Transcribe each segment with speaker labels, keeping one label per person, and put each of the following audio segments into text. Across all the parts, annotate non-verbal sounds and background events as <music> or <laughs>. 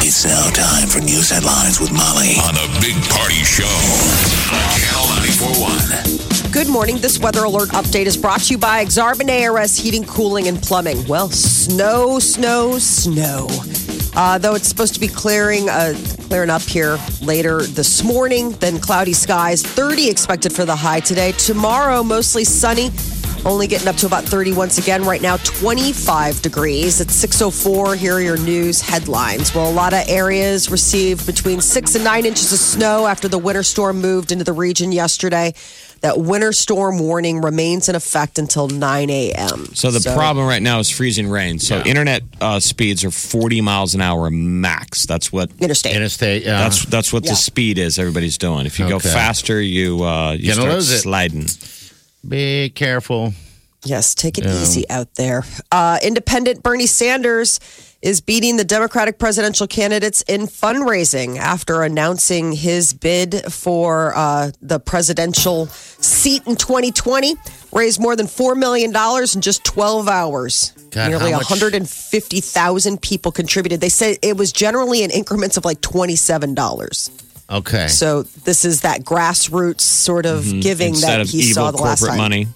Speaker 1: It's now time for news headlines with Molly on the Big Party Show on Channel 941.
Speaker 2: Good morning. This weather alert update is brought to you by Exarban ARS Heating, Cooling, and Plumbing. Well, snow, snow, snow. Uh, though it's supposed to be clearing, uh, clearing up here later this morning. Then cloudy skies. 30 expected for the high today. Tomorrow, mostly sunny. Only getting up to about 30 once again. Right now, 25 degrees. It's 6:04. Here are your news headlines. Well, a lot of areas received between six and nine inches of snow after the winter storm moved into the region yesterday. That winter storm warning remains in effect until 9 a.m.
Speaker 3: So the problem right now is freezing rain. So internet uh, speeds are 40 miles an hour max. That's what
Speaker 2: interstate.
Speaker 4: Interstate, yeah.
Speaker 3: that's that's what the
Speaker 2: Yeah.
Speaker 3: speed is. Everybody's doing. If you go
Speaker 4: Okay.
Speaker 3: faster, you uh, you
Speaker 4: Gonna
Speaker 3: start
Speaker 4: lose it.
Speaker 3: sliding.
Speaker 4: Be careful.
Speaker 2: Yes, take it easy out there. Uh, independent Bernie Sanders is beating the Democratic presidential candidates in fundraising after announcing his bid for uh, the presidential seat in 2020. Raised more than $4 million in just 12 hours.
Speaker 4: God,
Speaker 2: Nearly
Speaker 4: how much-
Speaker 2: 150,000 people contributed. They said it was generally in increments of like $27.
Speaker 4: Okay.
Speaker 2: So this is that grassroots sort of giving
Speaker 3: Mm-hmm. Instead
Speaker 2: that
Speaker 3: of
Speaker 2: he saw
Speaker 3: evil
Speaker 2: the last time.
Speaker 3: corporate money.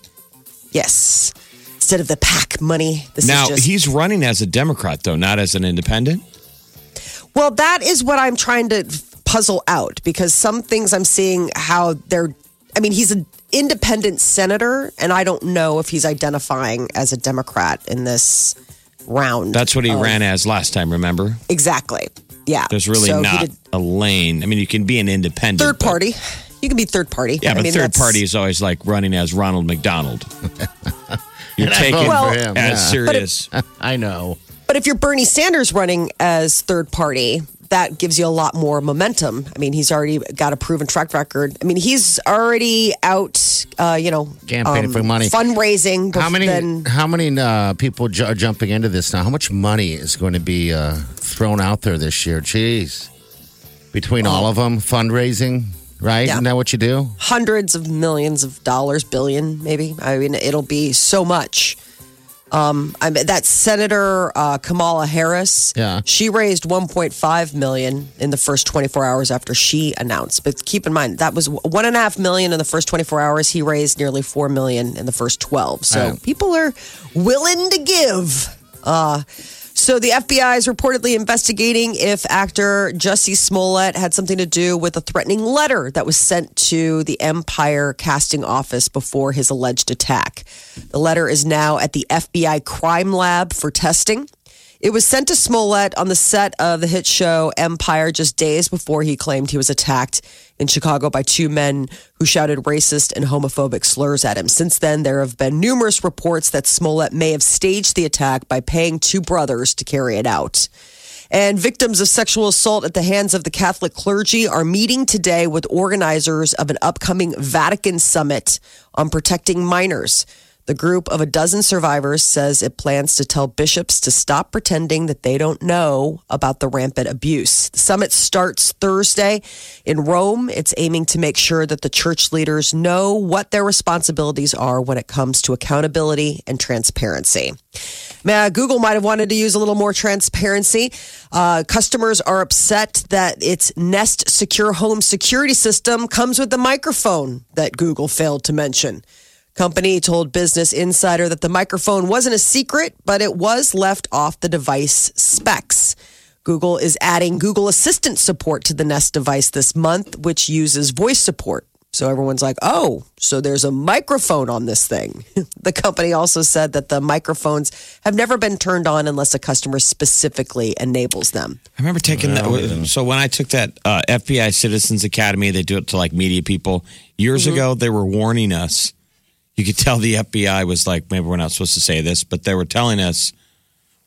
Speaker 2: Yes. Instead of the pack money, this
Speaker 3: Now
Speaker 2: is just.
Speaker 3: he's running as a Democrat though, not as an independent.
Speaker 2: well, that is what I'm trying to puzzle out because some things I'm seeing how they're. I mean, he's an independent senator, and I don't know if he's identifying as a Democrat in this round.
Speaker 3: That's what he ran as last time. Remember,
Speaker 2: exactly. Yeah.
Speaker 3: there's really
Speaker 2: So he
Speaker 3: not
Speaker 2: did
Speaker 3: a lane. I mean, you can be an independent
Speaker 2: third
Speaker 3: but-
Speaker 2: party. You can be third party.
Speaker 3: Yeah,
Speaker 2: I
Speaker 3: but
Speaker 2: mean,
Speaker 3: third
Speaker 2: that's-
Speaker 3: party is always like running as Ronald
Speaker 4: <laughs>
Speaker 3: McDonald. You're
Speaker 4: And I voted
Speaker 3: taking
Speaker 2: Well-
Speaker 4: for him.
Speaker 3: as
Speaker 4: yeah.
Speaker 3: serious.
Speaker 4: <laughs> I know.
Speaker 2: But if you're Bernie Sanders running as third party, that gives you a lot more momentum. I mean, he's already got a proven track record. I mean, he's already out, uh, you know, um,
Speaker 4: Campaigning for money.
Speaker 2: fundraising. bef-
Speaker 4: How many?
Speaker 2: Than,
Speaker 4: how many uh, people ju- are jumping into this now? How much money is going to be uh, thrown out there this year? Jeez, between all of them, fundraising, right?
Speaker 2: Oh. Yeah.
Speaker 4: Isn't that what you do?
Speaker 2: hundreds of millions of dollars, billion maybe. I mean, it'll be so much. Um, I mean, that Senator uh, Kamala Harris,
Speaker 4: Yeah.
Speaker 2: she raised 1.5 million in the first 24 hours after she announced. But keep in mind that was one and a half million in the first 24 hours. He raised nearly four million in the first 12. So
Speaker 4: Right.
Speaker 2: people are willing to give. Uh, so the FBI is reportedly investigating if actor Jesse Smollett had something to do with a threatening letter that was sent to the Empire casting office before his alleged attack. The letter is now at the FBI crime lab for testing. It was sent to Smollett on the set of the hit show Empire just days before he claimed he was attacked in Chicago by two men who shouted racist and homophobic slurs at him. Since then, there have been numerous reports that Smollett may have staged the attack by paying two brothers to carry it out. And victims of sexual assault at the hands of the Catholic clergy are meeting today with organizers of an upcoming Vatican summit on protecting minors. The group of a dozen survivors says it plans to tell bishops to stop pretending that they don't know about the rampant abuse. The summit starts Thursday in Rome. It's aiming to make sure that the church leaders know what their responsibilities are when it comes to accountability and transparency. Man, Google might have wanted to use a little more transparency. Uh, customers are upset that its Nest Secure Home security system comes with the microphone that Google failed to mention. Company told Business Insider that the microphone wasn't a secret, but it was left off the device specs. Google is adding Google Assistant support to the Nest device this month, which uses voice support. So everyone's like, oh, so there's a microphone on this thing. <laughs> the company also said that the microphones have never been turned on unless a customer specifically enables them.
Speaker 3: I remember taking that. So when I took that uh, FBI Citizens Academy, they do it to like media people. Years ago, they were warning us. You could tell the FBI was like, maybe we're not supposed to say this, but they were telling us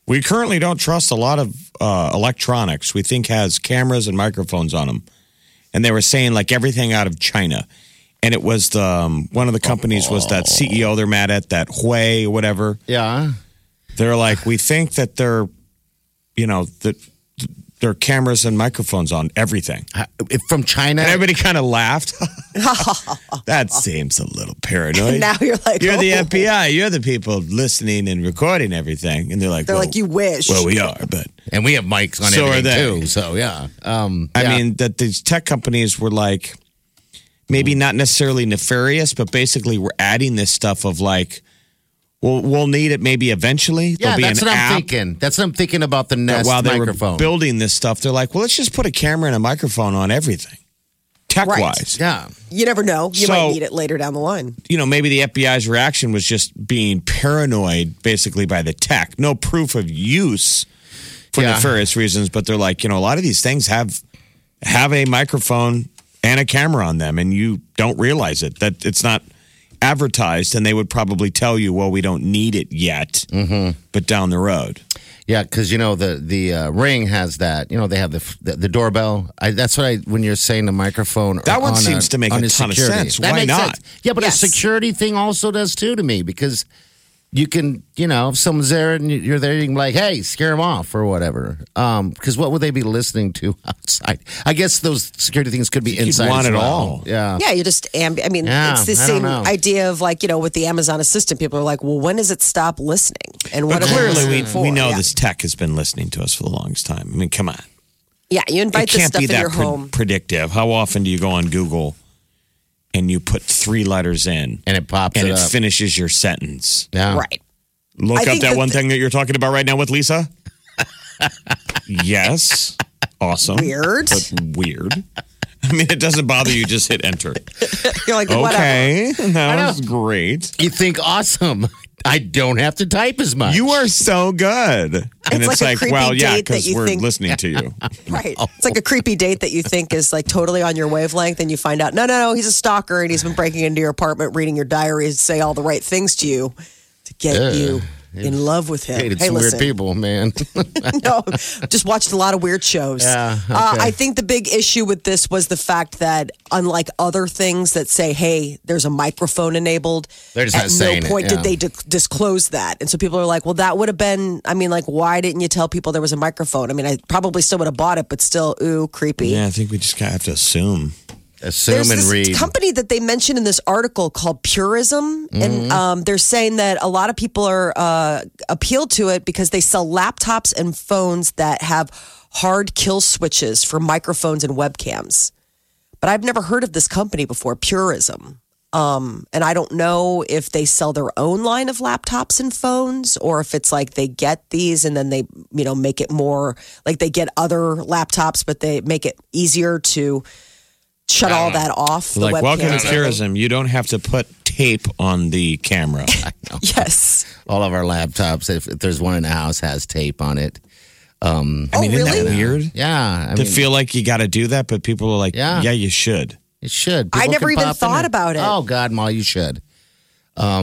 Speaker 3: We currently don't trust a lot of uh, electronics we think has cameras and microphones on them. And they were saying like everything out of China. And it was the, um, one of the companies was that CEO they're mad at, that Huawei or whatever.
Speaker 4: Yeah.
Speaker 3: They're like, we think that they're, you know, that their cameras and microphones on everything.
Speaker 4: Uh, if- From China.
Speaker 3: And everybody kind of laughed. that seems a little paranoid.
Speaker 2: Now you're like,
Speaker 3: You're the
Speaker 2: oh.
Speaker 3: FBI. You're the people listening and recording everything. And they're like,
Speaker 2: They're
Speaker 3: well,
Speaker 2: like, you wish.
Speaker 3: Well, we are, but
Speaker 4: and we have mics on
Speaker 3: So are
Speaker 4: everything
Speaker 3: they.
Speaker 4: too. So yeah. Um,
Speaker 3: I
Speaker 4: yeah.
Speaker 3: mean that these tech companies were like, maybe not necessarily nefarious, but basically we're adding this stuff of like, we'll we'll need it maybe eventually.
Speaker 4: yeah,
Speaker 3: There'll be
Speaker 4: that's
Speaker 3: an
Speaker 4: what
Speaker 3: app
Speaker 4: I'm thinking. That's what I'm thinking about the
Speaker 3: that
Speaker 4: Nest
Speaker 3: while they
Speaker 4: microphone.
Speaker 3: were building this stuff, they're like, well, let's just put a camera and a microphone on everything, tech
Speaker 2: Right.
Speaker 3: wise.
Speaker 4: yeah.
Speaker 2: you never know. You
Speaker 3: So-
Speaker 2: might need it later down the line.
Speaker 3: you know, maybe the FBI's reaction was just being paranoid basically by the tech. No proof of use for
Speaker 4: Yeah.
Speaker 3: nefarious reasons, but they're like, you know, a lot of these things have have a microphone and a camera on them and you don't realize it that it's not advertised and they would probably tell you, well, we don't need it yet,
Speaker 4: Mm-hmm.
Speaker 3: but down the road.
Speaker 4: Yeah, because you know the the uh, ring has that. You know they have the the, the doorbell. I, that's what I when you're saying the microphone. or
Speaker 3: That one
Speaker 4: on
Speaker 3: seems to make
Speaker 4: on
Speaker 3: a
Speaker 4: the
Speaker 3: ton of
Speaker 4: security.
Speaker 3: sense.
Speaker 4: That
Speaker 3: Why
Speaker 4: makes
Speaker 3: not?
Speaker 4: sense. Yeah, but
Speaker 2: Yes.
Speaker 4: a security thing also does too to me because you can you know if someone's there and you- you're there, you can be like, hey, scare them off or whatever. Because what would they be listening to <laughs> outside? I guess those security things could be inside.
Speaker 3: want
Speaker 4: as
Speaker 3: it all.
Speaker 4: well. Yeah.
Speaker 2: Yeah, you just, amb- I mean,
Speaker 4: Yeah,
Speaker 2: it's the
Speaker 4: I
Speaker 2: same
Speaker 4: don't know.
Speaker 2: idea of like, you know, with the Amazon assistant, people are like, well, when does it stop listening? And what
Speaker 3: But
Speaker 2: are they
Speaker 3: clearly we,
Speaker 2: listening for?
Speaker 3: we know
Speaker 2: yeah.
Speaker 3: this tech has been listening to us for the longest time. I mean, come on.
Speaker 2: Yeah, you invite
Speaker 3: it
Speaker 2: this
Speaker 3: can't
Speaker 2: stuff
Speaker 3: be
Speaker 2: in
Speaker 3: that
Speaker 2: your
Speaker 3: pre-
Speaker 2: home.
Speaker 3: predictive. How often do you go on Google and you put three letters in
Speaker 4: And it pops
Speaker 3: and
Speaker 4: it
Speaker 3: it
Speaker 4: up.
Speaker 3: finishes your sentence?
Speaker 4: Yeah.
Speaker 2: Right.
Speaker 3: Look
Speaker 2: I
Speaker 3: up
Speaker 2: think
Speaker 3: that
Speaker 2: that
Speaker 3: one
Speaker 2: th-
Speaker 3: thing that you're talking about right now
Speaker 2: <laughs>
Speaker 3: with Lisa. yes. Awesome.
Speaker 2: Weird.
Speaker 3: But weird. I mean, it doesn't bother you. Just hit enter.
Speaker 2: <laughs> You're like, <laughs> whatever.
Speaker 3: Okay, that was great.
Speaker 4: You think awesome. <laughs> I don't have to type as much.
Speaker 3: You are so good. and
Speaker 2: It's like
Speaker 3: it's like,
Speaker 2: a creepy
Speaker 3: well, yeah,
Speaker 2: date that
Speaker 3: because
Speaker 2: you
Speaker 3: we're
Speaker 2: think-
Speaker 3: listening to you.
Speaker 2: <laughs> Right. It's like a creepy date that you think is like totally on your wavelength, and you find out, no, no, no, he's a stalker and he's been breaking into your apartment, reading your diary, and say all the right things to you to get
Speaker 4: Yeah.
Speaker 2: you in love with him.
Speaker 4: dated
Speaker 2: hey,
Speaker 4: some
Speaker 2: listen.
Speaker 4: weird people, man. <laughs>
Speaker 2: <laughs> no, just watched a lot of weird shows.
Speaker 4: Yeah,
Speaker 2: uh,
Speaker 4: okay.
Speaker 2: I think the big issue with this was the fact that, unlike other things that say, "Hey, there's a microphone enabled,"
Speaker 4: They're just
Speaker 2: at no
Speaker 4: not saying it,
Speaker 2: point
Speaker 4: yeah.
Speaker 2: did they di- disclose that, and so people are like, "Well, that would have been." I mean, like, why didn't you tell people there was a microphone? I mean, I probably still would have bought it, but still, ooh, creepy.
Speaker 3: yeah, I think we just kind of have to assume.
Speaker 4: Assume and
Speaker 2: There's this
Speaker 4: read.
Speaker 2: company that they mentioned in this article called Purism,
Speaker 4: Mm-hmm.
Speaker 2: and um, they're saying that a lot of people are uh, appealed to it because they sell laptops and phones that have hard kill switches for microphones and webcams. But I've never heard of this company before, Purism. Um, and I don't know if they sell their own line of laptops and phones, or if it's like they get these and then they, you know, make it more like they get other laptops, but they make it easier to shut all that off. The
Speaker 3: like, welcome to
Speaker 2: webcams.
Speaker 3: Purism. You don't have to put tape on the
Speaker 4: <laughs>
Speaker 3: camera.
Speaker 2: <laughs> Yes.
Speaker 4: All of our laptops, if, if there's one in the house, has tape on it.
Speaker 3: I mean,
Speaker 2: oh,
Speaker 3: isn't
Speaker 2: really?
Speaker 3: that weird?
Speaker 4: Yeah, I
Speaker 3: To
Speaker 4: mean,
Speaker 3: feel like you got to do that, but people are like, yeah,
Speaker 4: Yeah.
Speaker 3: you should.
Speaker 4: it should.
Speaker 2: I
Speaker 4: People
Speaker 2: never
Speaker 4: can
Speaker 2: even
Speaker 4: pop in
Speaker 2: thought
Speaker 4: there.
Speaker 2: about it.
Speaker 4: Oh God, Ma, you should.
Speaker 3: Well,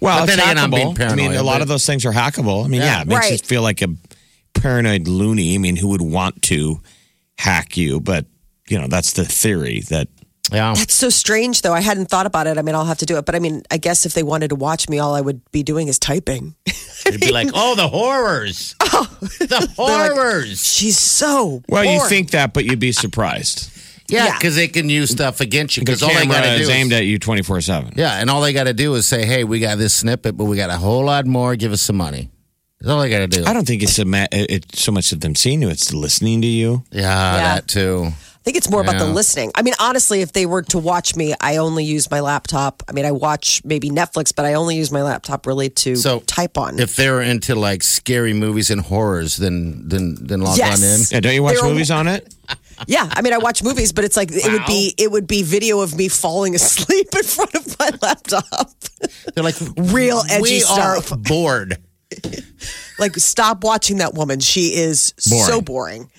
Speaker 4: But then
Speaker 3: it's
Speaker 4: again, I'm being
Speaker 3: hackable. I mean, a
Speaker 4: paranoid,
Speaker 3: lot
Speaker 4: but-
Speaker 3: of those things are hackable. I mean, yeah,
Speaker 4: Yeah.
Speaker 3: it makes you
Speaker 2: Right.
Speaker 3: feel like a paranoid loony. I mean, who would want to hack you? But, you know, that's the theory that
Speaker 4: Yeah,
Speaker 2: That's so strange, though. I hadn't thought about it. I mean, I'll have to do it. But I mean, I guess if they wanted to watch me, all I would be doing is typing. <laughs>
Speaker 4: it'd be like, oh, the horrors,
Speaker 2: Oh.
Speaker 4: the horrors.
Speaker 2: She's so.
Speaker 3: Well, you
Speaker 2: bored.
Speaker 3: think that, but you'd be
Speaker 4: <laughs>
Speaker 3: surprised.
Speaker 4: yeah,
Speaker 2: yeah.
Speaker 4: because they can use stuff against you.
Speaker 3: The
Speaker 4: Because all they
Speaker 3: camera
Speaker 4: got to do
Speaker 3: is
Speaker 4: is
Speaker 3: aimed at you 24 7.
Speaker 4: yeah, and all they got to do is say, hey, we got this snippet, but we got a whole lot more. Give us some money. That's all they got to do.
Speaker 3: I don't think it's, a ma- it- it's so much of them seeing you, it's listening to you.
Speaker 4: yeah, that too.
Speaker 2: I think it's more about the
Speaker 4: Yeah.
Speaker 2: listening. I mean, honestly, if they were to watch me, I only use my laptop. I mean, I watch maybe Netflix, but I only use my laptop really to
Speaker 4: So,
Speaker 2: type on.
Speaker 4: If they're into like scary movies and horrors, then then then log
Speaker 2: Yes.
Speaker 4: on in.
Speaker 3: Yeah, don't you watch
Speaker 2: They're-
Speaker 3: movies on it?
Speaker 2: yeah, I mean, I watch movies, but it's like it would be it would be video of me falling <laughs> asleep in front of my laptop.
Speaker 4: They're like
Speaker 2: Real edgy
Speaker 4: we
Speaker 2: stuff.
Speaker 4: are bored.
Speaker 2: like, stop watching that woman. She is so boring.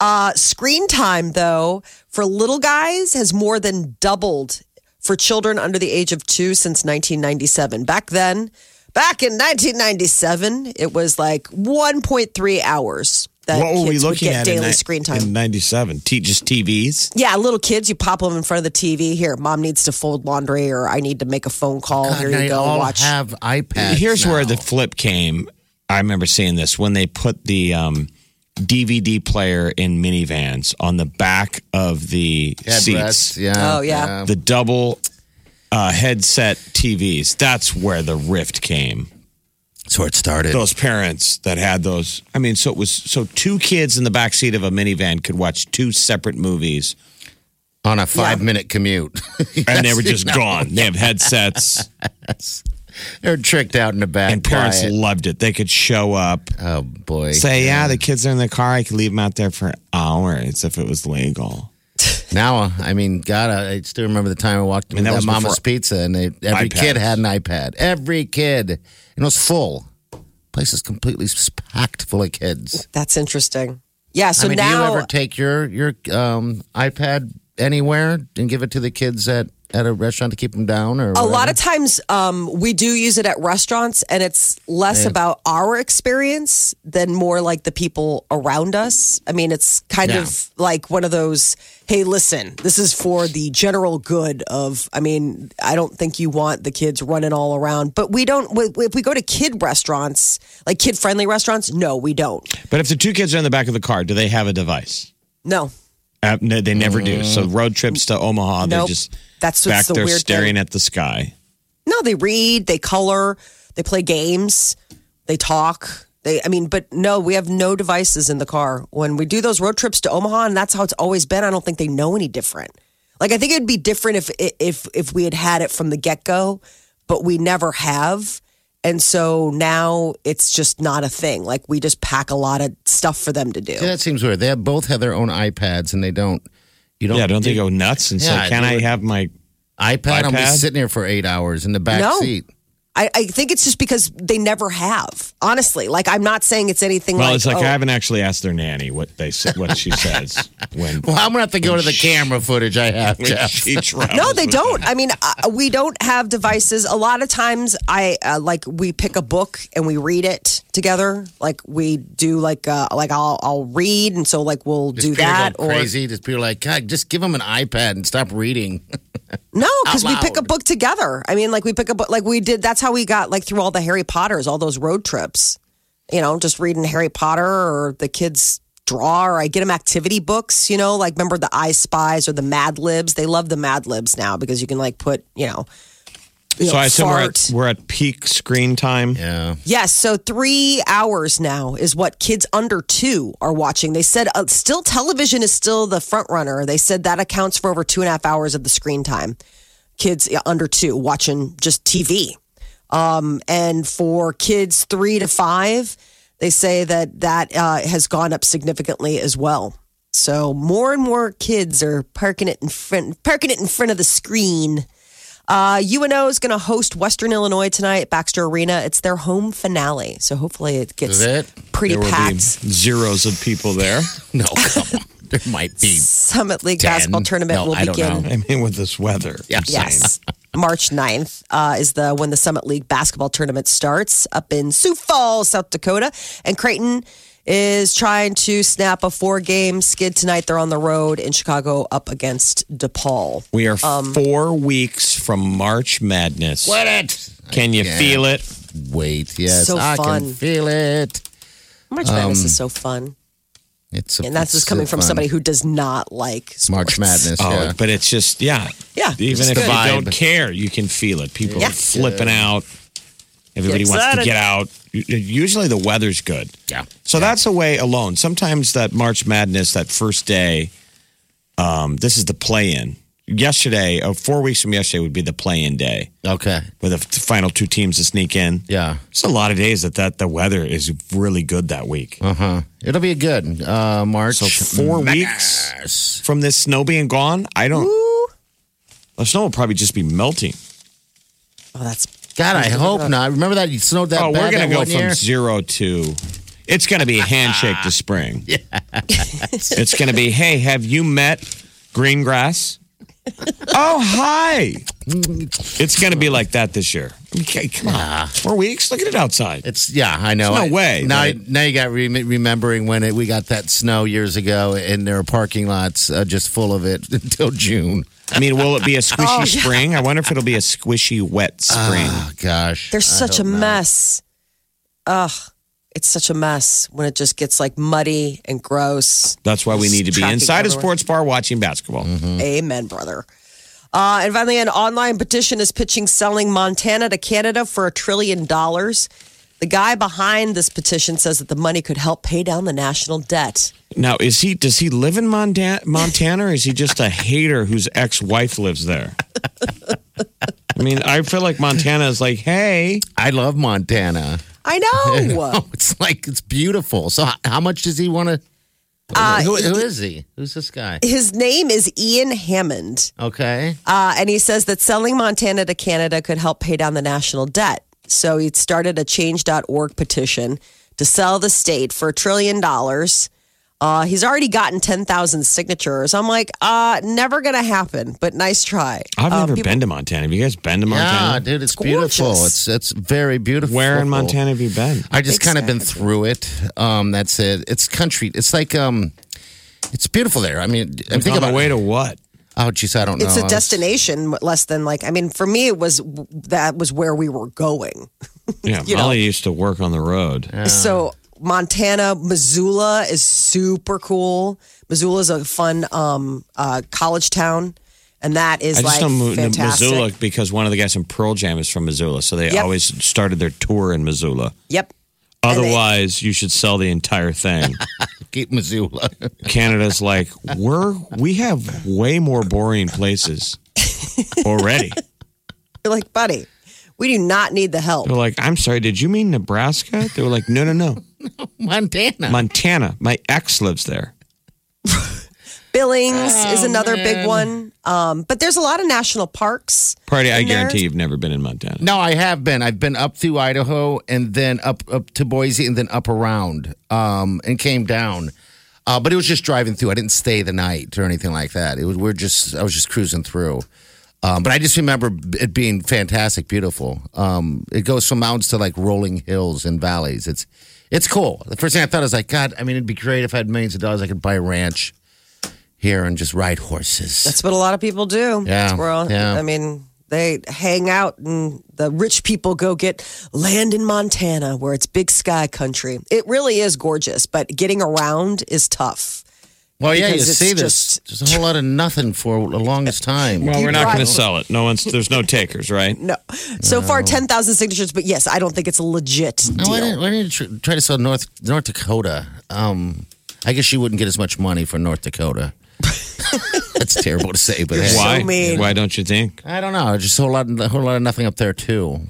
Speaker 2: Uh, screen time, though, for little guys has more than doubled for children under the age of two since 1997. Back then, Back in 1997, it was like 1.3 hours that
Speaker 3: what were we
Speaker 2: kids would
Speaker 3: looking
Speaker 2: get
Speaker 3: at
Speaker 2: daily
Speaker 3: in, ni-
Speaker 2: screen time.
Speaker 3: in 97? T- just TVs?
Speaker 2: yeah, little kids, you pop them in front of the TV. Here, mom needs to fold laundry, or I need to make a phone call.
Speaker 4: God,
Speaker 2: Oh, Here
Speaker 4: they
Speaker 2: you go,
Speaker 4: all
Speaker 2: watch.
Speaker 4: have iPads.
Speaker 3: Here's where the
Speaker 4: now.
Speaker 3: flip came. I remember seeing this when they put the um, DVD player in minivans on the back of the
Speaker 4: Headrests,
Speaker 3: seats.
Speaker 4: Yeah.
Speaker 2: Oh, yeah.
Speaker 3: The double uh, headset TVs. That's where the rift came.
Speaker 4: That's where it started.
Speaker 3: Those parents that had those. I mean, so it was so two kids in the back seat of a minivan could watch two separate movies,
Speaker 4: on a five minute commute.
Speaker 3: <laughs> and they were just
Speaker 4: <laughs>
Speaker 3: gone. They have headsets,
Speaker 4: They're tricked out in the back.
Speaker 3: and parents
Speaker 4: quiet.
Speaker 3: loved it. They could show up.
Speaker 4: Oh boy.
Speaker 3: Say, yeah, the kids are in the car. I could leave them out there for hours if it was legal.
Speaker 4: Now, I mean, God, I I still remember the time I walked into
Speaker 3: mean, that
Speaker 4: that,
Speaker 3: was
Speaker 4: Mama's
Speaker 3: before
Speaker 4: Pizza, and they, every
Speaker 3: iPads.
Speaker 4: kid had an iPad. Every kid, and it was full. Place is completely s- packed full of kids.
Speaker 2: That's interesting. Yeah, so
Speaker 4: I mean,
Speaker 2: now
Speaker 4: do you ever take your your um, iPad anywhere and give it to the kids at at a restaurant to keep them down, or
Speaker 2: a lot of times um, we do use it at restaurants and it's less about our experience than more like the people around us i mean it's kind
Speaker 4: Yeah.
Speaker 2: of like one of those hey listen this is for the general good of i mean i don't think you want the kids running all around but we don't w- if we go to kid restaurants like kid friendly restaurants no we don't
Speaker 3: But if the two kids are in the back of the car, do they have a device?
Speaker 2: no
Speaker 3: Uh, no, they never do. So road trips to Omaha, they're
Speaker 2: Mm. Nope.
Speaker 3: just
Speaker 2: That's
Speaker 3: back
Speaker 2: what's the
Speaker 3: there
Speaker 2: weird
Speaker 3: staring
Speaker 2: thing.
Speaker 3: at the sky.
Speaker 2: No, they read, they color, they play games, they talk. They, I mean, but no, we have no devices in the car when we do those road trips to Omaha, and that's how it's always been. I don't think they know any different. Like I think it'd be different if if if we had had it from the get go, but we never have, and so now it's just not a thing. Like we just pack a lot of stuff for them to do.
Speaker 4: Yeah, that seems weird. They have, both have their own iPads, and they don't. You don't.
Speaker 3: Yeah, don't they go nuts and
Speaker 4: Yeah,
Speaker 3: say, "Can
Speaker 4: they
Speaker 3: I
Speaker 4: would-
Speaker 3: have my?"
Speaker 4: iPad? I'm
Speaker 3: iPad?
Speaker 4: just sitting here for eight hours in the back
Speaker 2: No.
Speaker 4: seat.
Speaker 2: I, I think it's just because they never have. Honestly, like I'm not saying it's anything.
Speaker 3: Well,
Speaker 2: like,
Speaker 3: it's like
Speaker 2: oh,
Speaker 3: I haven't actually asked their nanny what they s-
Speaker 2: <laughs>
Speaker 3: what she says when
Speaker 4: Well, I'm gonna have to go to the camera footage I have.
Speaker 3: when
Speaker 4: Jeff.
Speaker 3: <laughs> she
Speaker 4: <laughs>
Speaker 3: travels.
Speaker 2: No, they
Speaker 3: with
Speaker 2: don't.
Speaker 3: them.
Speaker 2: I mean, uh, we don't have devices. A lot of times, I uh, like we pick a book and we read it together. Like we do, like uh, like I'll I'll read, and so like we'll
Speaker 4: Just
Speaker 2: do
Speaker 4: people
Speaker 2: that.
Speaker 4: go crazy. Just people like, God, just give them an iPad and stop reading.
Speaker 2: Or no, because we
Speaker 4: Out
Speaker 2: pick a
Speaker 4: loud.
Speaker 2: book together. I mean, like we pick a book, like we did. That's how we got like through all the Harry Potters, all those road trips. You know, just reading Harry Potter or the kids draw, or I get them activity books. You know, like remember the I Spies or the Mad Libs. They love the Mad Libs now because you can like put you know. you
Speaker 3: So
Speaker 2: know,
Speaker 3: I assume we're at,
Speaker 2: fart.
Speaker 3: we're at peak screen time.
Speaker 4: Yeah. <laughs>
Speaker 2: Yes, so three hours now is what kids under two are watching. They said uh, still television is still the front runner. They said that accounts for over two and a half hours of the screen time. Kids uh, under two watching just TV. Um, and for kids three to five, they say that that uh, has gone up significantly as well. So more and more kids are parking it in front, parking it in front of the screen. Uh, UNO is going to host Western Illinois tonight at Baxter Arena. It's their home finale, so hopefully it gets
Speaker 4: Is it?
Speaker 2: pretty
Speaker 3: There will be
Speaker 2: packed.
Speaker 3: zeros of
Speaker 2: <laughs>
Speaker 3: people there.
Speaker 4: No, come on. There might be.
Speaker 2: Summit League
Speaker 4: 10.
Speaker 2: basketball tournament
Speaker 4: No,
Speaker 2: will
Speaker 4: I don't
Speaker 2: begin.
Speaker 4: know.
Speaker 3: I mean, with this weather, I'm saying.
Speaker 2: Yes. March 9th uh, is the when the Summit League basketball tournament starts up in Sioux Falls, South Dakota. And Creighton is trying to snap a four game skid tonight. They're on the road in Chicago up against DePaul.
Speaker 3: we are
Speaker 2: Um,
Speaker 3: four weeks from March Madness.
Speaker 4: What it?
Speaker 3: Can you feel it?
Speaker 4: Wait. Yes,
Speaker 2: So
Speaker 4: I
Speaker 2: fun.
Speaker 4: can feel it.
Speaker 2: March Madness is so fun.
Speaker 4: It's a,
Speaker 2: And that's just
Speaker 4: it's
Speaker 2: coming
Speaker 4: Um, so
Speaker 2: from
Speaker 4: fun.
Speaker 2: somebody who does not like sports. <laughs>
Speaker 4: March Madness.
Speaker 3: Oh,
Speaker 4: yeah.
Speaker 3: but it's just yeah,
Speaker 2: Yeah, it's
Speaker 3: Even if
Speaker 4: good.
Speaker 3: you don't
Speaker 4: Vibe.
Speaker 3: care, you can feel it. People
Speaker 2: Yeah.
Speaker 3: are flipping out. Everybody
Speaker 2: Get
Speaker 3: wants to
Speaker 2: excited.
Speaker 3: get out. U- Usually the weather's good.
Speaker 4: Yeah.
Speaker 3: So that's a way alone. Sometimes that March Madness, that first day, um, this is the play-in. Yesterday, oh, four weeks from yesterday would be the play-in day
Speaker 4: Okay.
Speaker 3: with the f- final two teams to sneak in.
Speaker 4: Yeah.
Speaker 3: It's a lot of days that, that the weather is really good that week.
Speaker 4: Uh huh. It'll be a good uh, March.
Speaker 3: So four weeks
Speaker 4: Yes.
Speaker 3: from this snow being gone, I don't. The snow will probably just be melting.
Speaker 2: Oh, that's
Speaker 4: God, I hope not. Remember that you snowed that
Speaker 3: oh,
Speaker 4: bad
Speaker 3: we're gonna
Speaker 4: that
Speaker 3: go
Speaker 4: one
Speaker 3: from
Speaker 4: year?
Speaker 3: zero to. It's gonna be handshake to
Speaker 4: <laughs>
Speaker 3: spring. it's gonna be. Hey, have you met green grass? oh, hi. It's gonna be like that this year. Okay, come on. Four weeks? Look at it outside.
Speaker 4: It's yeah, I know.
Speaker 3: There's no
Speaker 4: I-
Speaker 3: way,
Speaker 4: Now,
Speaker 3: right?
Speaker 4: now you got re- remembering when it, we got that snow years ago, and there are parking lots uh, just full of it <laughs> until June.
Speaker 3: I mean, will it be a squishy spring? I wonder if it'll be a squishy, wet spring.
Speaker 4: Oh gosh,
Speaker 2: They're such a mess. Ugh, it's such a mess when it just gets like muddy and gross.
Speaker 3: That's why we need to be
Speaker 2: Traffic
Speaker 3: inside a
Speaker 2: everywhere.
Speaker 3: sports bar watching basketball.
Speaker 4: Mm-hmm.
Speaker 2: Amen, brother. Uh, and finally, an online petition is pitching selling Montana to Canada for a trillion dollars. The guy behind this petition says that the money could help pay down the national debt.
Speaker 3: Now, is he? Does he live in Montana, Montana, or is he just a hater whose ex-wife lives there? I mean, I feel like Montana is like, hey,
Speaker 4: I love Montana.
Speaker 2: <laughs> I know.
Speaker 4: Oh, <laughs> it's like it's beautiful. So, how, how much does he want to? who, who is Uh, he? Who's this guy?
Speaker 2: His name is Ian Hammond.
Speaker 4: Okay,
Speaker 2: Uh, and he says that selling Montana to Canada could help pay down the national debt. So he started a change.org petition to sell the state for a trillion dollars. Uh, he's already gotten 10,000 signatures. I'm like, uh, never going to happen, but nice try.
Speaker 3: I've
Speaker 2: Uh,
Speaker 3: never
Speaker 2: people-
Speaker 3: been to Montana. Have you guys been to
Speaker 4: yeah,
Speaker 3: Montana?
Speaker 4: dude, it's, beautiful.
Speaker 2: gorgeous.
Speaker 4: It's it's very beautiful.
Speaker 3: Where in Montana have you been?
Speaker 4: I just kind of been through it. Um, that's it. It's country. It's like um, it's beautiful there. I mean, I'm thinking
Speaker 3: on
Speaker 4: about
Speaker 3: the way to what?
Speaker 4: Oh, geez, I don't know.
Speaker 2: It's
Speaker 4: I
Speaker 2: a
Speaker 4: was-
Speaker 2: destination less than like, I mean, for me, it was that was where we were going.
Speaker 3: Yeah,
Speaker 2: You know.
Speaker 3: Molly used to work on the road. Um,
Speaker 2: So Montana, Missoula is super cool. Missoula is a fun um, uh, college town, and that is
Speaker 3: I
Speaker 2: like
Speaker 3: just know Mo-
Speaker 2: fantastic.
Speaker 3: Missoula because one of the guys in Pearl Jam is from Missoula, so they
Speaker 2: Yep.
Speaker 3: always started their tour in Missoula.
Speaker 2: Yep. they-
Speaker 3: Otherwise, you should sell the
Speaker 2: <laughs>
Speaker 3: entire thing.
Speaker 4: Keep Missoula. <laughs>
Speaker 3: Canada's like, we're we have way more boring places already.
Speaker 2: You're like, buddy, we do not need the help.
Speaker 3: They're like, I'm sorry, did you mean Nebraska? They were like, No, no, no,
Speaker 4: Montana.
Speaker 3: Montana. My ex lives there.
Speaker 2: Billings is another big one. Um, but there's a lot of national parks.
Speaker 3: Party, I
Speaker 2: in there.
Speaker 3: guarantee you've never been in Montana.
Speaker 4: no, I have been. I've been up through Idaho and then up up to Boise and then up around um, and came down. Uh, but it was just driving through. I didn't stay the night or anything like that. It was we're just I was just cruising through. Um, but I just remember it being fantastic, beautiful. Um, it goes from mountains to like rolling hills and valleys. It's it's cool. The first thing I thought is like, God, I mean, it'd be great if I had millions of dollars. I could buy a ranch here and just ride horses.
Speaker 2: That's what a lot of people do.
Speaker 4: Yeah,
Speaker 2: That's where all-
Speaker 4: yeah.
Speaker 2: I mean, they hang out and the rich people go get land in Montana where it's big sky country. It really is gorgeous, but getting around is tough.
Speaker 4: Well, yeah, you
Speaker 2: because it's
Speaker 4: see this. There's a whole lot of nothing for the longest time.
Speaker 3: Well, we're not
Speaker 2: Right.
Speaker 3: going to sell it. No one's there's no takers, right?
Speaker 2: No. So far, 10,000 signatures, but yes, I don't think it's a legit
Speaker 4: No,
Speaker 2: deal.
Speaker 4: why didn't, why didn't you tr- try to sell North North Dakota? Um, I guess you wouldn't get as much money for North
Speaker 3: <laughs>
Speaker 4: Dakota. That's terrible to say, but hey.
Speaker 2: so
Speaker 3: Why?
Speaker 2: mean.
Speaker 3: Why don't you think?
Speaker 4: I don't know. Just a whole lot, a whole lot of nothing up there too.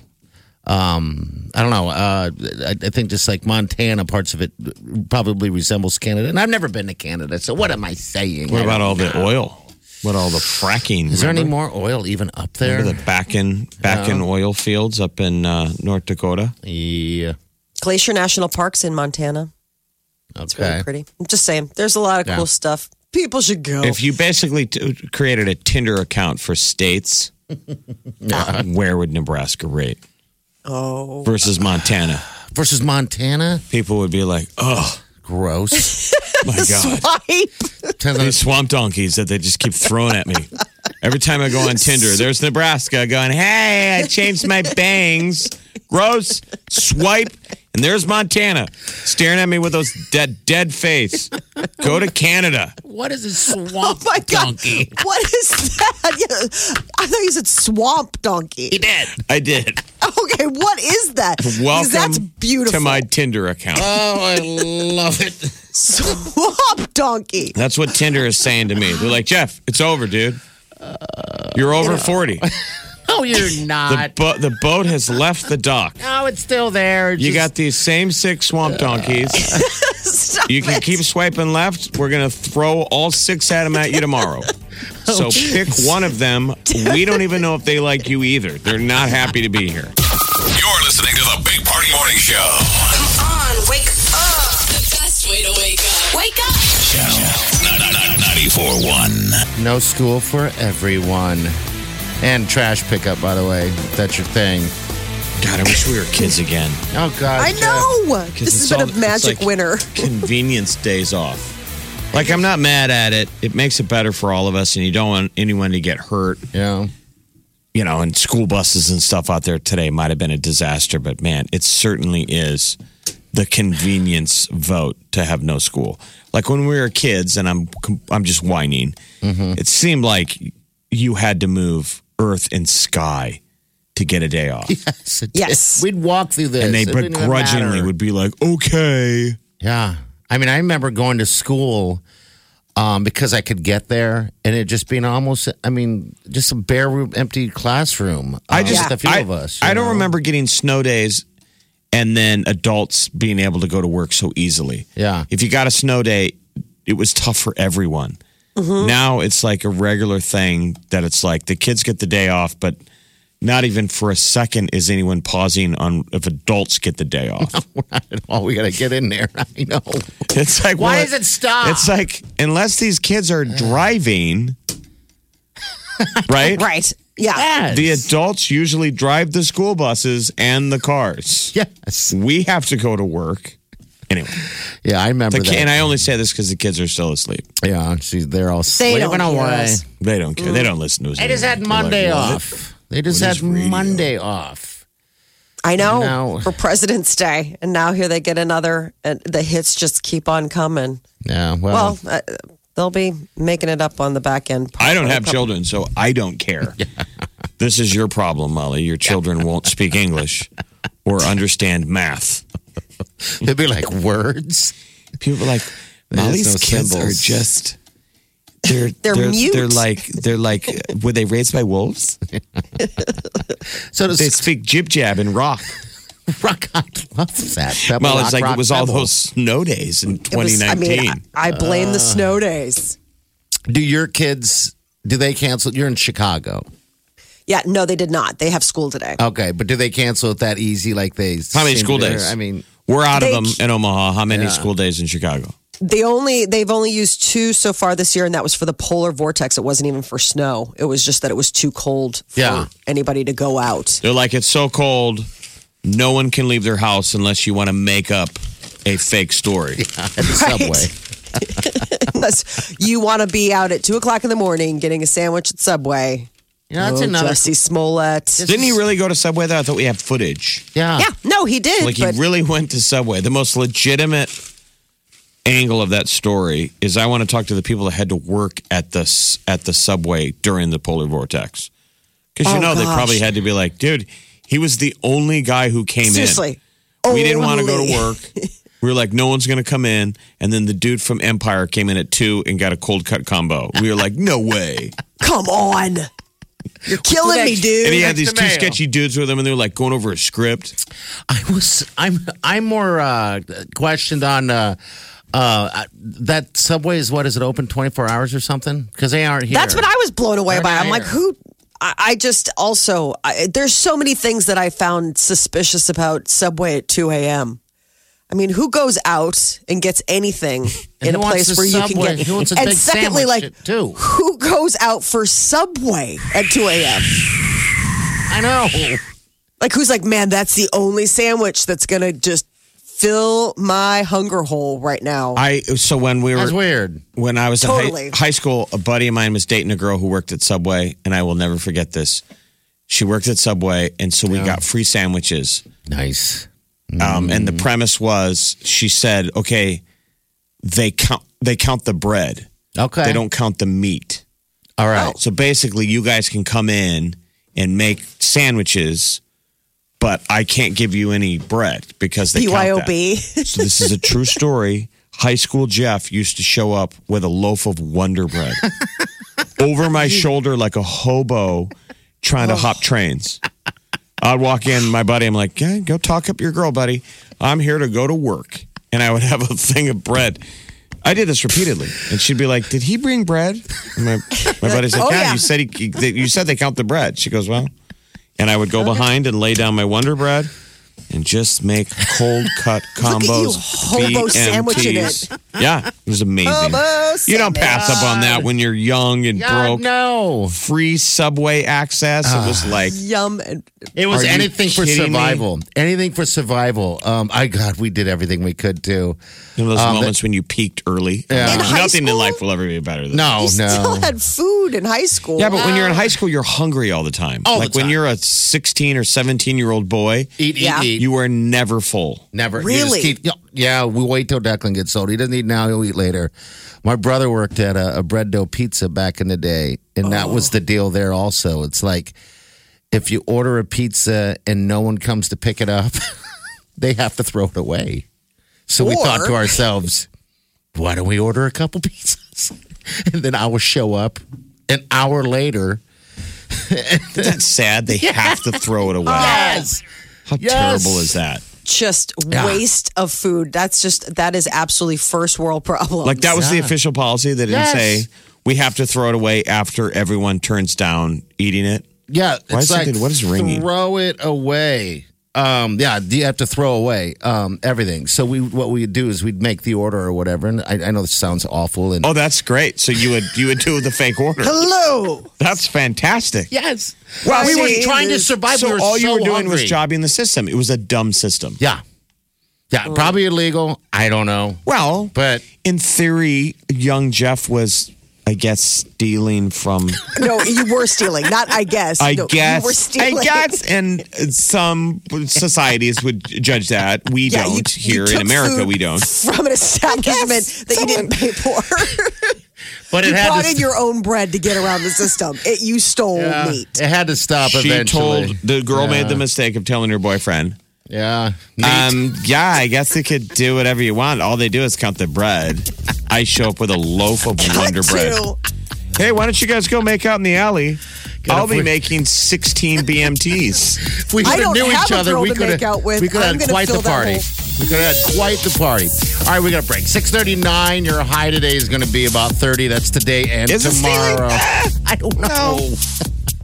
Speaker 4: Um, I don't know. Uh, I, I think just like Montana, parts of it probably resembles Canada, and I've never been to Canada, so what am I saying?
Speaker 3: What
Speaker 4: I
Speaker 3: about
Speaker 4: don't
Speaker 3: all the
Speaker 4: know.
Speaker 3: oil? What all the fracking?
Speaker 4: Is there any
Speaker 3: remember?
Speaker 4: more oil even up there?
Speaker 3: Remember the back in back in oil fields up in uh, North Dakota?
Speaker 4: yeah.
Speaker 2: Glacier National Parks in Montana.
Speaker 4: Okay.
Speaker 2: It's really pretty. I'm just saying, there's a lot of cool stuff. People should go.
Speaker 3: If you basically t- created a Tinder account
Speaker 2: <laughs>
Speaker 3: for states, uh, where would Nebraska rate
Speaker 2: Uh-huh. oh.
Speaker 3: versus Montana?
Speaker 4: Versus Montana,
Speaker 3: People would be like, "Oh
Speaker 4: gross.
Speaker 3: <laughs>
Speaker 2: <laughs>
Speaker 3: my god,
Speaker 4: <laughs>
Speaker 2: Swipe.
Speaker 4: Depends on-
Speaker 3: these swamp donkeys that they just keep throwing at me." Every time I go
Speaker 2: <laughs>
Speaker 3: on Tinder, there's Nebraska going, "Hey, I changed my bangs, gross." Swipe, and there's Montana staring at me with those dead dead face. Go to Canada.
Speaker 4: What is a
Speaker 3: <laughs> Oh
Speaker 4: swamp
Speaker 2: my God.
Speaker 4: donkey?
Speaker 2: What is that? <laughs> Yeah, I thought you said swamp donkey.
Speaker 4: did.
Speaker 3: I did.
Speaker 2: <laughs> Okay, what is that? Because
Speaker 3: Welcome
Speaker 2: That's beautiful. <laughs>
Speaker 3: to my Tinder account.
Speaker 4: Oh, I love it.
Speaker 2: swamp donkey.
Speaker 3: That's what Tinder is saying to me. They're like, Jeff, it's over, dude. You're
Speaker 2: <laughs>
Speaker 3: over 40.
Speaker 4: Oh, <laughs> you're
Speaker 3: The,
Speaker 4: not.
Speaker 3: bo- the boat has left the dock.
Speaker 4: oh, it's still there.
Speaker 3: You
Speaker 4: Just-
Speaker 3: got these same six swamp donkeys.
Speaker 2: <laughs> Stop
Speaker 3: You can
Speaker 2: it.
Speaker 3: keep swiping left. We're going to throw all six at them at
Speaker 2: <laughs>
Speaker 3: you tomorrow. So pick one of them. We don't even know if they like you either. They're not happy to be here.
Speaker 1: You're listening to the Big Party Morning Show.
Speaker 5: Come on, wake up. The best way to wake up. Wake up.
Speaker 1: Channel 941.
Speaker 4: no school for everyone, and trash pickup. By the way, if that's your thing.
Speaker 3: God, I wish we were kids again.
Speaker 4: Oh God!
Speaker 2: I
Speaker 4: Jeff.
Speaker 2: know.
Speaker 3: 'Cause
Speaker 2: This
Speaker 3: it's
Speaker 2: has been
Speaker 3: all-
Speaker 2: a
Speaker 3: it's
Speaker 2: magic
Speaker 3: like
Speaker 2: winner.
Speaker 3: convenience days off. Like I'm not mad at it. It makes it better for all of us, and you don't want anyone to get hurt.
Speaker 4: Yeah.
Speaker 3: You know, and school buses and stuff out there today might have been a disaster, but man, it certainly is the convenience vote to have no school. Like when we were kids, and I'm com- I'm just whining.
Speaker 4: Mm-hmm.
Speaker 3: It seemed like you had to move earth and sky to get a day off,
Speaker 4: Yes. it
Speaker 2: Yes.
Speaker 4: did. We'd walk through this,
Speaker 3: and they
Speaker 4: It didn't even
Speaker 3: begrudgingly
Speaker 4: matter.
Speaker 3: would be like, "Okay."
Speaker 4: Yeah. I mean, I remember going to school um, because I could get there and it just being almost, I mean, just a bare room, empty classroom.
Speaker 3: I
Speaker 4: uh,
Speaker 3: just
Speaker 4: with a few
Speaker 3: I,
Speaker 4: of us.
Speaker 3: I
Speaker 4: you
Speaker 3: don't
Speaker 4: know?
Speaker 3: remember getting snow days and then adults being able to go to work so easily.
Speaker 4: Yeah. <laughs>
Speaker 3: If you got a snow day, it was tough for everyone.
Speaker 4: Mm-hmm.
Speaker 3: Now it's like a regular thing that it's like the kids get the day off, but not even for a second is anyone pausing on if adults get the day off.
Speaker 4: We're not at all. We got to get in there. <laughs> I know.
Speaker 3: <laughs> It's like
Speaker 4: Why
Speaker 3: well,
Speaker 4: does it stop?
Speaker 3: It's like unless these kids are
Speaker 4: <laughs>
Speaker 3: driving, right?
Speaker 2: Right. Yeah.
Speaker 3: The adults usually drive the school buses and the cars.
Speaker 4: yes.
Speaker 3: we have to go to work. Anyway,
Speaker 4: Yeah, I remember
Speaker 3: the ki- and
Speaker 4: that.
Speaker 3: I only say this because the kids are still asleep.
Speaker 4: yeah, she's, they're all
Speaker 2: They
Speaker 4: sleeping
Speaker 2: don't hear
Speaker 4: away.
Speaker 2: us.
Speaker 3: They don't
Speaker 2: Mm.
Speaker 3: care. They don't listen to us.
Speaker 4: They just had
Speaker 3: anymore.
Speaker 4: Monday
Speaker 3: They're like, "What?"
Speaker 4: off. They just
Speaker 3: What
Speaker 4: had
Speaker 3: is radio?
Speaker 4: Monday off.
Speaker 2: I know
Speaker 4: No.
Speaker 2: for President's Day, and now here they get another, and the hits just keep on coming.
Speaker 4: Yeah, well,
Speaker 2: Well, uh, they'll be making it up on the back end.
Speaker 3: I don't have children, so I
Speaker 2: <laughs>
Speaker 3: don't care. This is your problem, Molly. Your children won't speak English or understand math.
Speaker 4: they'd be like words.
Speaker 3: People are like Molly's
Speaker 4: no
Speaker 3: kids
Speaker 4: symbols.
Speaker 3: are just they're
Speaker 2: They're mute.
Speaker 3: They're like
Speaker 2: <laughs>
Speaker 3: they're like were they raised by wolves?
Speaker 4: So
Speaker 3: They
Speaker 4: does
Speaker 3: speak jib jab and rock.
Speaker 4: Rock I love that. Pebble,
Speaker 3: Molly's
Speaker 4: rock,
Speaker 3: like
Speaker 4: rock,
Speaker 3: it was all
Speaker 4: pebble.
Speaker 3: those snow days in
Speaker 2: It was-
Speaker 3: 2019.
Speaker 2: I mean, I, I blame the snow days.
Speaker 4: Do your kids? Do they cancel? You're in Chicago,
Speaker 2: Yeah, no, they did not. They have school today.
Speaker 4: okay? But do they cancel it that easy? Like they?
Speaker 3: How many
Speaker 4: seem
Speaker 3: school
Speaker 4: to-
Speaker 3: days?
Speaker 4: I mean,
Speaker 3: We're out of
Speaker 2: They-
Speaker 3: them in Omaha. How many school days in Chicago?
Speaker 2: They only they've only used two so far this year, and that was for the polar vortex. It wasn't even for snow. It was just that it was too cold for
Speaker 4: Yeah.
Speaker 2: anybody to go out.
Speaker 3: They're like, it's so cold, no one can leave their house unless you want to make up a fake story.
Speaker 4: at <laughs> the subway.
Speaker 2: <laughs> Unless you want to be out at two o'clock in the morning getting a sandwich at Subway.
Speaker 4: You know, that's
Speaker 2: Oh,
Speaker 4: another.
Speaker 2: Jussie Smollett.
Speaker 3: Didn't he really go to Subway though? I thought we had footage.
Speaker 4: Yeah.
Speaker 2: yeah, no, he did.
Speaker 3: Like, he
Speaker 2: but
Speaker 3: really went to Subway. The most legitimate angle of that story is I want to talk to the people that had to work at the, s- at the Subway during the polar vortex. Because, you
Speaker 2: Oh,
Speaker 3: know, they
Speaker 2: gosh.
Speaker 3: probably had to be like, dude, he was the only guy who came in.
Speaker 2: seriously,
Speaker 3: We didn't want to go to
Speaker 2: Only.
Speaker 3: work. We were like, no one's going to come in. And then the dude from Empire came in at two and got a cold cut combo. We were like, no way.
Speaker 2: Come on, you're killing me,
Speaker 3: And he
Speaker 2: <laughs> dude.
Speaker 3: had these
Speaker 4: the
Speaker 3: two
Speaker 4: mail.
Speaker 3: sketchy dudes with him, and they were like going over a script.
Speaker 4: I was. I'm. I'm more uh, questioned on. Uh, uh, that subway is what is it open 24 hours or something? Because they aren't here.
Speaker 2: That's what I was blown away
Speaker 4: They're
Speaker 2: by.
Speaker 4: not
Speaker 2: I'm like,
Speaker 4: here.
Speaker 2: who? I, I just also I, there's so many things that I found suspicious about Subway at 2 a.m. I mean, who goes out and gets anything in
Speaker 4: <laughs> And
Speaker 2: a
Speaker 4: who wants
Speaker 2: place
Speaker 4: a
Speaker 2: where you can
Speaker 4: Subway?
Speaker 2: get?
Speaker 4: Who wants a
Speaker 2: and
Speaker 4: big
Speaker 2: secondly,
Speaker 4: sandwich
Speaker 2: like,
Speaker 4: at two?
Speaker 2: who goes out for Subway at 2 a.m.?
Speaker 4: I know.
Speaker 2: <laughs> Like, who's like, man, that's the only sandwich that's gonna just fill my hunger hole right now.
Speaker 3: I so when we
Speaker 4: That's
Speaker 3: were
Speaker 4: weird.
Speaker 3: when I was
Speaker 2: Totally.
Speaker 3: in high, high school, a buddy of mine was dating a girl who worked at Subway, and I will never forget this. She worked at Subway, and so we got free sandwiches.
Speaker 4: Nice.
Speaker 3: Um, and the premise was, she said, "Okay, they count they count the bread,
Speaker 4: Okay.
Speaker 3: they don't count the meat."
Speaker 4: All right.
Speaker 3: So basically, you guys can come in and make sandwiches, but I can't give you any bread because they count that.
Speaker 2: BYOB.
Speaker 3: So this is a true story. High school Jeff used to show up with a loaf of
Speaker 2: <laughs>
Speaker 3: Wonder Bread over my shoulder like a hobo trying to hop trains. I'd walk in, my buddy, I'm like, yeah, go talk up your girl, buddy. I'm here to go to work. And I would have a thing of bread. I did this repeatedly. And she'd be like, did he bring bread? And my,
Speaker 2: <laughs>
Speaker 3: my buddy's like,
Speaker 2: Oh,
Speaker 3: yeah,
Speaker 2: yeah.
Speaker 3: you said he, you said they count the bread. She goes, well. And I would go behind and lay down my Wonder Bread. and just make cold cut
Speaker 2: <laughs> Look at
Speaker 3: combos.
Speaker 2: you, hobo
Speaker 3: BMTs.
Speaker 2: sandwiching it.
Speaker 3: Yeah, it was amazing.
Speaker 2: Hobo
Speaker 3: you don't pass up on that when you're young and broke.
Speaker 4: no.
Speaker 3: Free subway access. it was
Speaker 2: Ah.
Speaker 3: like
Speaker 2: <laughs> Yum. And
Speaker 4: It was
Speaker 3: Are you
Speaker 4: anything for
Speaker 3: kidding me?
Speaker 4: survival. Anything for survival. Um, I God, we did everything we could do.
Speaker 3: you know, those
Speaker 4: Um,
Speaker 3: moments when you peaked early. Uh,
Speaker 2: In high
Speaker 3: Nothing in
Speaker 2: school?
Speaker 3: life will ever be better than
Speaker 4: No,
Speaker 2: you
Speaker 4: Oh, no.
Speaker 2: still had food in high school.
Speaker 3: Yeah, but when you're in high school, you're hungry all the time.
Speaker 4: All the
Speaker 3: like when
Speaker 4: time.
Speaker 3: you're a 16 or 17 year old boy,
Speaker 4: eat, eat,
Speaker 2: Yeah.
Speaker 4: eat.
Speaker 3: you are never full.
Speaker 4: Never. You
Speaker 2: Really?
Speaker 4: just keep- yeah, we wait till Declan gets old. He doesn't eat now, he'll eat later. My brother worked at a, a bread dough pizza back in the day, and that
Speaker 2: Oh.
Speaker 4: was the deal there also. It's like if you order a pizza and no one comes to pick it up, <laughs> they have to throw it away. So we thought to
Speaker 2: Or-
Speaker 4: ourselves, why don't we order a couple <laughs> pizzas? And then I will show up an hour later.
Speaker 3: Isn't that sad?
Speaker 2: <laughs>
Speaker 3: They have to throw it away.
Speaker 4: Yes.
Speaker 3: How
Speaker 4: Yes.
Speaker 3: terrible is that?
Speaker 2: just waste of food. That's just that is absolutely first world problem.
Speaker 3: Like
Speaker 2: <laughs>
Speaker 3: that was the official policy. They didn't
Speaker 4: Yes.
Speaker 3: say we have to throw it away after everyone turns down eating it.
Speaker 4: Yeah,
Speaker 3: Why is
Speaker 4: it's
Speaker 3: it
Speaker 4: like
Speaker 3: good? What is ringing?
Speaker 4: Throw it away. Um, yeah, you have to throw away um, everything. So we, what we'd do is we'd make the order or whatever. And I, I know this sounds awful. And
Speaker 3: Oh, that's great. So you would you would do the fake order.
Speaker 2: hello.
Speaker 3: That's fantastic.
Speaker 4: yes,
Speaker 3: Well,
Speaker 4: we
Speaker 3: see,
Speaker 4: were trying to survive.
Speaker 3: So
Speaker 4: we were
Speaker 3: all you
Speaker 4: so
Speaker 3: were doing was
Speaker 4: hungry.
Speaker 3: jobbing the system. It was a dumb system.
Speaker 4: Yeah, yeah,
Speaker 2: Oh.
Speaker 4: probably illegal. I don't know,
Speaker 3: Well,
Speaker 4: but
Speaker 3: in theory, young Jeff was, I guess, stealing <laughs> from
Speaker 2: No, you were stealing. Not I guess.
Speaker 3: I
Speaker 2: no,
Speaker 3: guess.
Speaker 2: you were stealing.
Speaker 3: I guess, and some societies would judge that. We
Speaker 2: Yeah, you-
Speaker 3: don't
Speaker 2: you
Speaker 3: here in
Speaker 2: took
Speaker 3: America.
Speaker 2: food
Speaker 3: We don't.
Speaker 2: From an establishment that you didn't pay for. <laughs>
Speaker 3: <laughs>
Speaker 4: but it
Speaker 2: you
Speaker 4: had
Speaker 2: brought
Speaker 4: to,
Speaker 2: in your own bread to get around the system. It, you stole
Speaker 4: yeah,
Speaker 2: meat.
Speaker 4: It had to stop
Speaker 3: She
Speaker 4: eventually.
Speaker 3: told the girl made the mistake of telling her boyfriend.
Speaker 4: yeah, Meat.
Speaker 3: Um, yeah, I guess they could do whatever you want. All they do is count the bread. I show up with a loaf of Wonder Bread.
Speaker 2: Two.
Speaker 3: Hey, why don't you guys go make out in the alley?
Speaker 4: Get
Speaker 3: I'll
Speaker 4: a
Speaker 3: be
Speaker 4: free-
Speaker 3: making 16 BMTs.
Speaker 4: If we
Speaker 2: I
Speaker 4: could have
Speaker 2: don't
Speaker 4: knew
Speaker 2: have
Speaker 4: each
Speaker 2: a
Speaker 4: other,
Speaker 2: girl
Speaker 4: we
Speaker 2: to
Speaker 4: could
Speaker 2: make out
Speaker 4: have
Speaker 2: with.
Speaker 4: we could
Speaker 2: I'm gonna
Speaker 4: have had quite
Speaker 2: fill that
Speaker 4: the party. We could have had quite the party. All right, we got a break. Six thirty nine. Your high today is going to be about thirty. That's today
Speaker 3: <laughs>
Speaker 4: and
Speaker 3: Is it stealing?
Speaker 4: tomorrow. I don't know.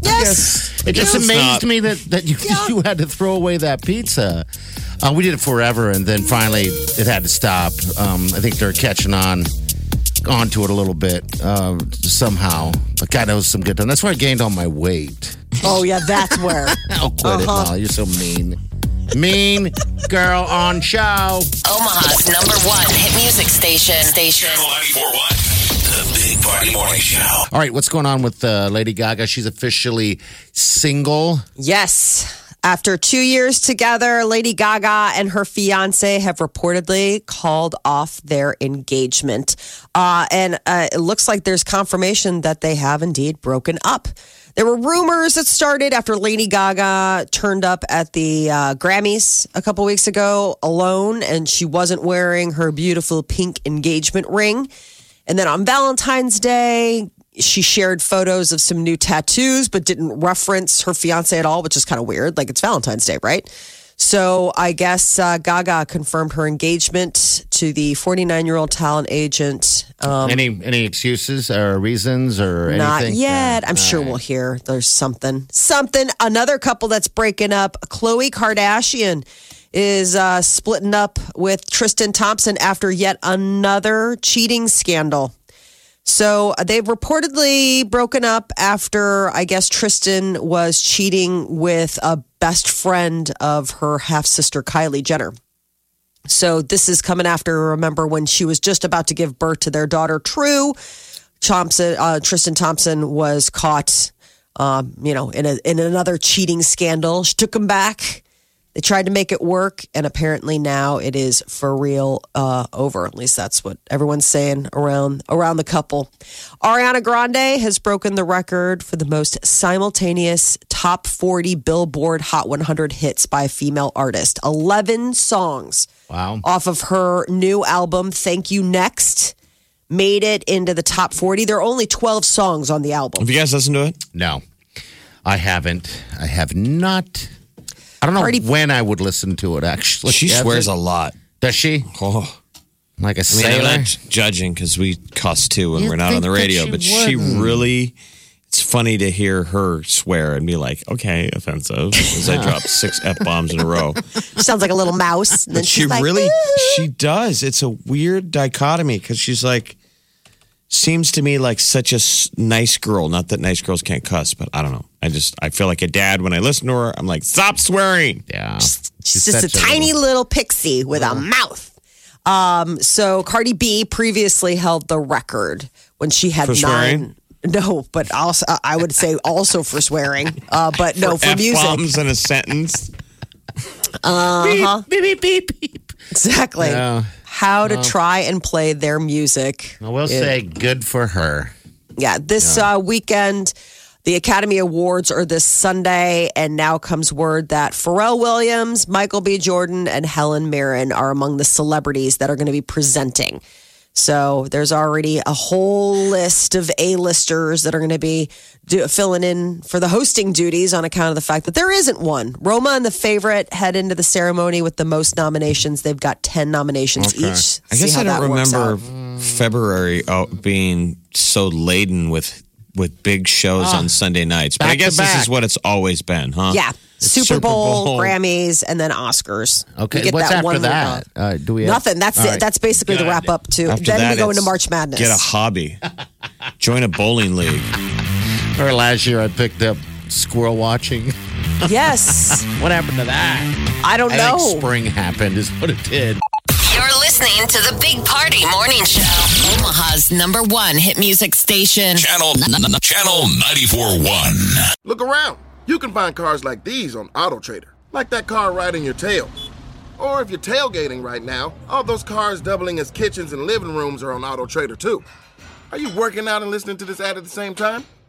Speaker 2: Yes.
Speaker 4: It just
Speaker 3: It's
Speaker 4: amazed
Speaker 3: not.
Speaker 4: me that that you, <laughs> you had to throw away that pizza. Uh, we did it forever, and then finally it had to stop. Um, I think they're catching on onto it a little bit uh, somehow. But God knows some good time. That's where I gained all my weight.
Speaker 2: Oh yeah, that's where.
Speaker 4: I'll quit it, Molly. You're so mean. Mean girl on show.
Speaker 5: Omaha's number one hit music station. Station.
Speaker 1: Channel 94.1. The Big Party Morning Show.
Speaker 4: All right, what's going on with uh, Lady Gaga? She's officially single.
Speaker 2: Yes. After two years together, Lady Gaga and her fiance have reportedly called off their engagement. Uh, and uh, it looks like there's confirmation that they have indeed broken up. There were rumors that started after Lady Gaga turned up at the uh, Grammys a couple weeks ago alone, and she wasn't wearing her beautiful pink engagement ring. And then on Valentine's Day, she shared photos of some new tattoos, but didn't reference her fiance at all, which is kind of weird. Like it's Valentine's Day, right? So I guess uh, Gaga confirmed her engagement to the 49 year old talent agent. Um,
Speaker 4: any any excuses or reasons or
Speaker 2: not
Speaker 4: anything?
Speaker 2: yet. I'm sure we'll hear. There's something, something. Another couple that's breaking up. Khloe Kardashian is uh, splitting up with Tristan Thompson after yet another cheating scandal. So uh, they've reportedly broken up after I guess Tristan was cheating with a best friend of her half sister Kylie Jenner. So this is coming after. Remember when she was just about to give birth to their daughter, True. Thompson, uh, Tristan Thompson was caught, um, you know, in a, in another cheating scandal. She took him back. They tried to make it work, and apparently now it is for real uh, over. At least that's what everyone's saying around around the couple. Ariana Grande has broken the record for the most simultaneous top forty Billboard Hot 100 hits by a female artist. Eleven songs
Speaker 4: Wow.
Speaker 2: off of her new album, Thank You Next, made it into the top 40. There are only 12 songs on the album.
Speaker 3: <laughs> Have you guys listened to it?
Speaker 4: No, I haven't. I have not. I don't know
Speaker 2: Cardi-
Speaker 4: when I would listen to it. Actually,
Speaker 3: She
Speaker 4: Has
Speaker 3: swears
Speaker 4: it?
Speaker 3: a lot.
Speaker 4: Does she?
Speaker 3: Oh.
Speaker 4: Like a
Speaker 3: I mean,
Speaker 4: sailor?
Speaker 3: I'm not judging because we cuss too and
Speaker 4: You'd
Speaker 3: we're not on the
Speaker 4: think that
Speaker 3: radio,
Speaker 4: she
Speaker 3: but she
Speaker 4: wouldn't.
Speaker 3: really it's funny to hear her swear and be like, okay, offensive, as I drop
Speaker 2: <laughs>
Speaker 3: six f bombs in a row.
Speaker 2: Sounds like a little mouse. And then
Speaker 3: she
Speaker 2: she's like,
Speaker 3: really,
Speaker 2: "Ooh."
Speaker 3: she does. It's a weird dichotomy because she's like, seems to me like such a s- nice girl. Not that nice girls can't cuss, but I don't know. I just, I feel like a dad when I listen to her. I'm like, stop swearing.
Speaker 4: Yeah.
Speaker 2: She's just a tiny little, pixie with a mouth. Um, so Cardi B previously held the record when she had
Speaker 3: For
Speaker 2: nine.
Speaker 3: swearing?
Speaker 2: No, but also I would say also for swearing. Uh, but no, for music.
Speaker 3: bombs in a sentence.
Speaker 2: Uh-huh.
Speaker 4: Beep, beep, beep, beep.
Speaker 2: Exactly.
Speaker 4: Yeah.
Speaker 2: How to try and play their music.
Speaker 4: I will say, good for her.
Speaker 2: Yeah, this Uh, weekend, the Academy Awards are this Sunday, and now comes word that Pharrell Williams, Michael B. Jordan, and Helen Mirren are among the celebrities that are going to be presenting. So there's already a whole list of A-listers that are going to be do, filling in for the hosting duties on account of the fact that there isn't one. Roma and the favorite head into the ceremony with the most nominations. They've got ten nominations each.
Speaker 3: I
Speaker 2: See
Speaker 3: guess
Speaker 2: how
Speaker 3: I don't
Speaker 2: that works
Speaker 3: remember
Speaker 2: out.
Speaker 3: February uh, being so laden with with big shows
Speaker 2: Ah.
Speaker 3: on Sunday nights. But I
Speaker 4: back to
Speaker 3: guess this
Speaker 4: back.
Speaker 3: is what it's always been, huh?
Speaker 2: Yeah.
Speaker 3: It's
Speaker 2: Super, Bowl,
Speaker 3: Bowl.
Speaker 2: Grammys, and then Oscars.
Speaker 4: Okay,
Speaker 2: You get
Speaker 4: what's
Speaker 2: that
Speaker 4: after
Speaker 2: one week
Speaker 4: that?
Speaker 2: off.
Speaker 4: Uh, do we have-
Speaker 2: Nothing. That's
Speaker 4: All
Speaker 2: it.
Speaker 4: right.
Speaker 2: That's basically the wrap up to.
Speaker 3: After
Speaker 2: then
Speaker 3: that,
Speaker 2: we go
Speaker 3: it's
Speaker 2: into March Madness.
Speaker 3: Get a <laughs>
Speaker 2: <laughs>
Speaker 3: hobby. Join a bowling league.
Speaker 4: Or last year, I picked up squirrel watching.
Speaker 2: yes.
Speaker 4: What happened to that?
Speaker 2: I don't
Speaker 4: I
Speaker 2: know.
Speaker 4: think spring happened, is what it did.
Speaker 5: You're listening to the Big Party Morning Show. Omaha's number one hit music station.
Speaker 1: Channel Channel 94.1.
Speaker 6: Look around. You can find cars like these on AutoTrader, like that car right in your tail. Or if you're tailgating right now, all those cars doubling as kitchens and living rooms are on AutoTrader too. Are you working out and listening to this ad at the same time?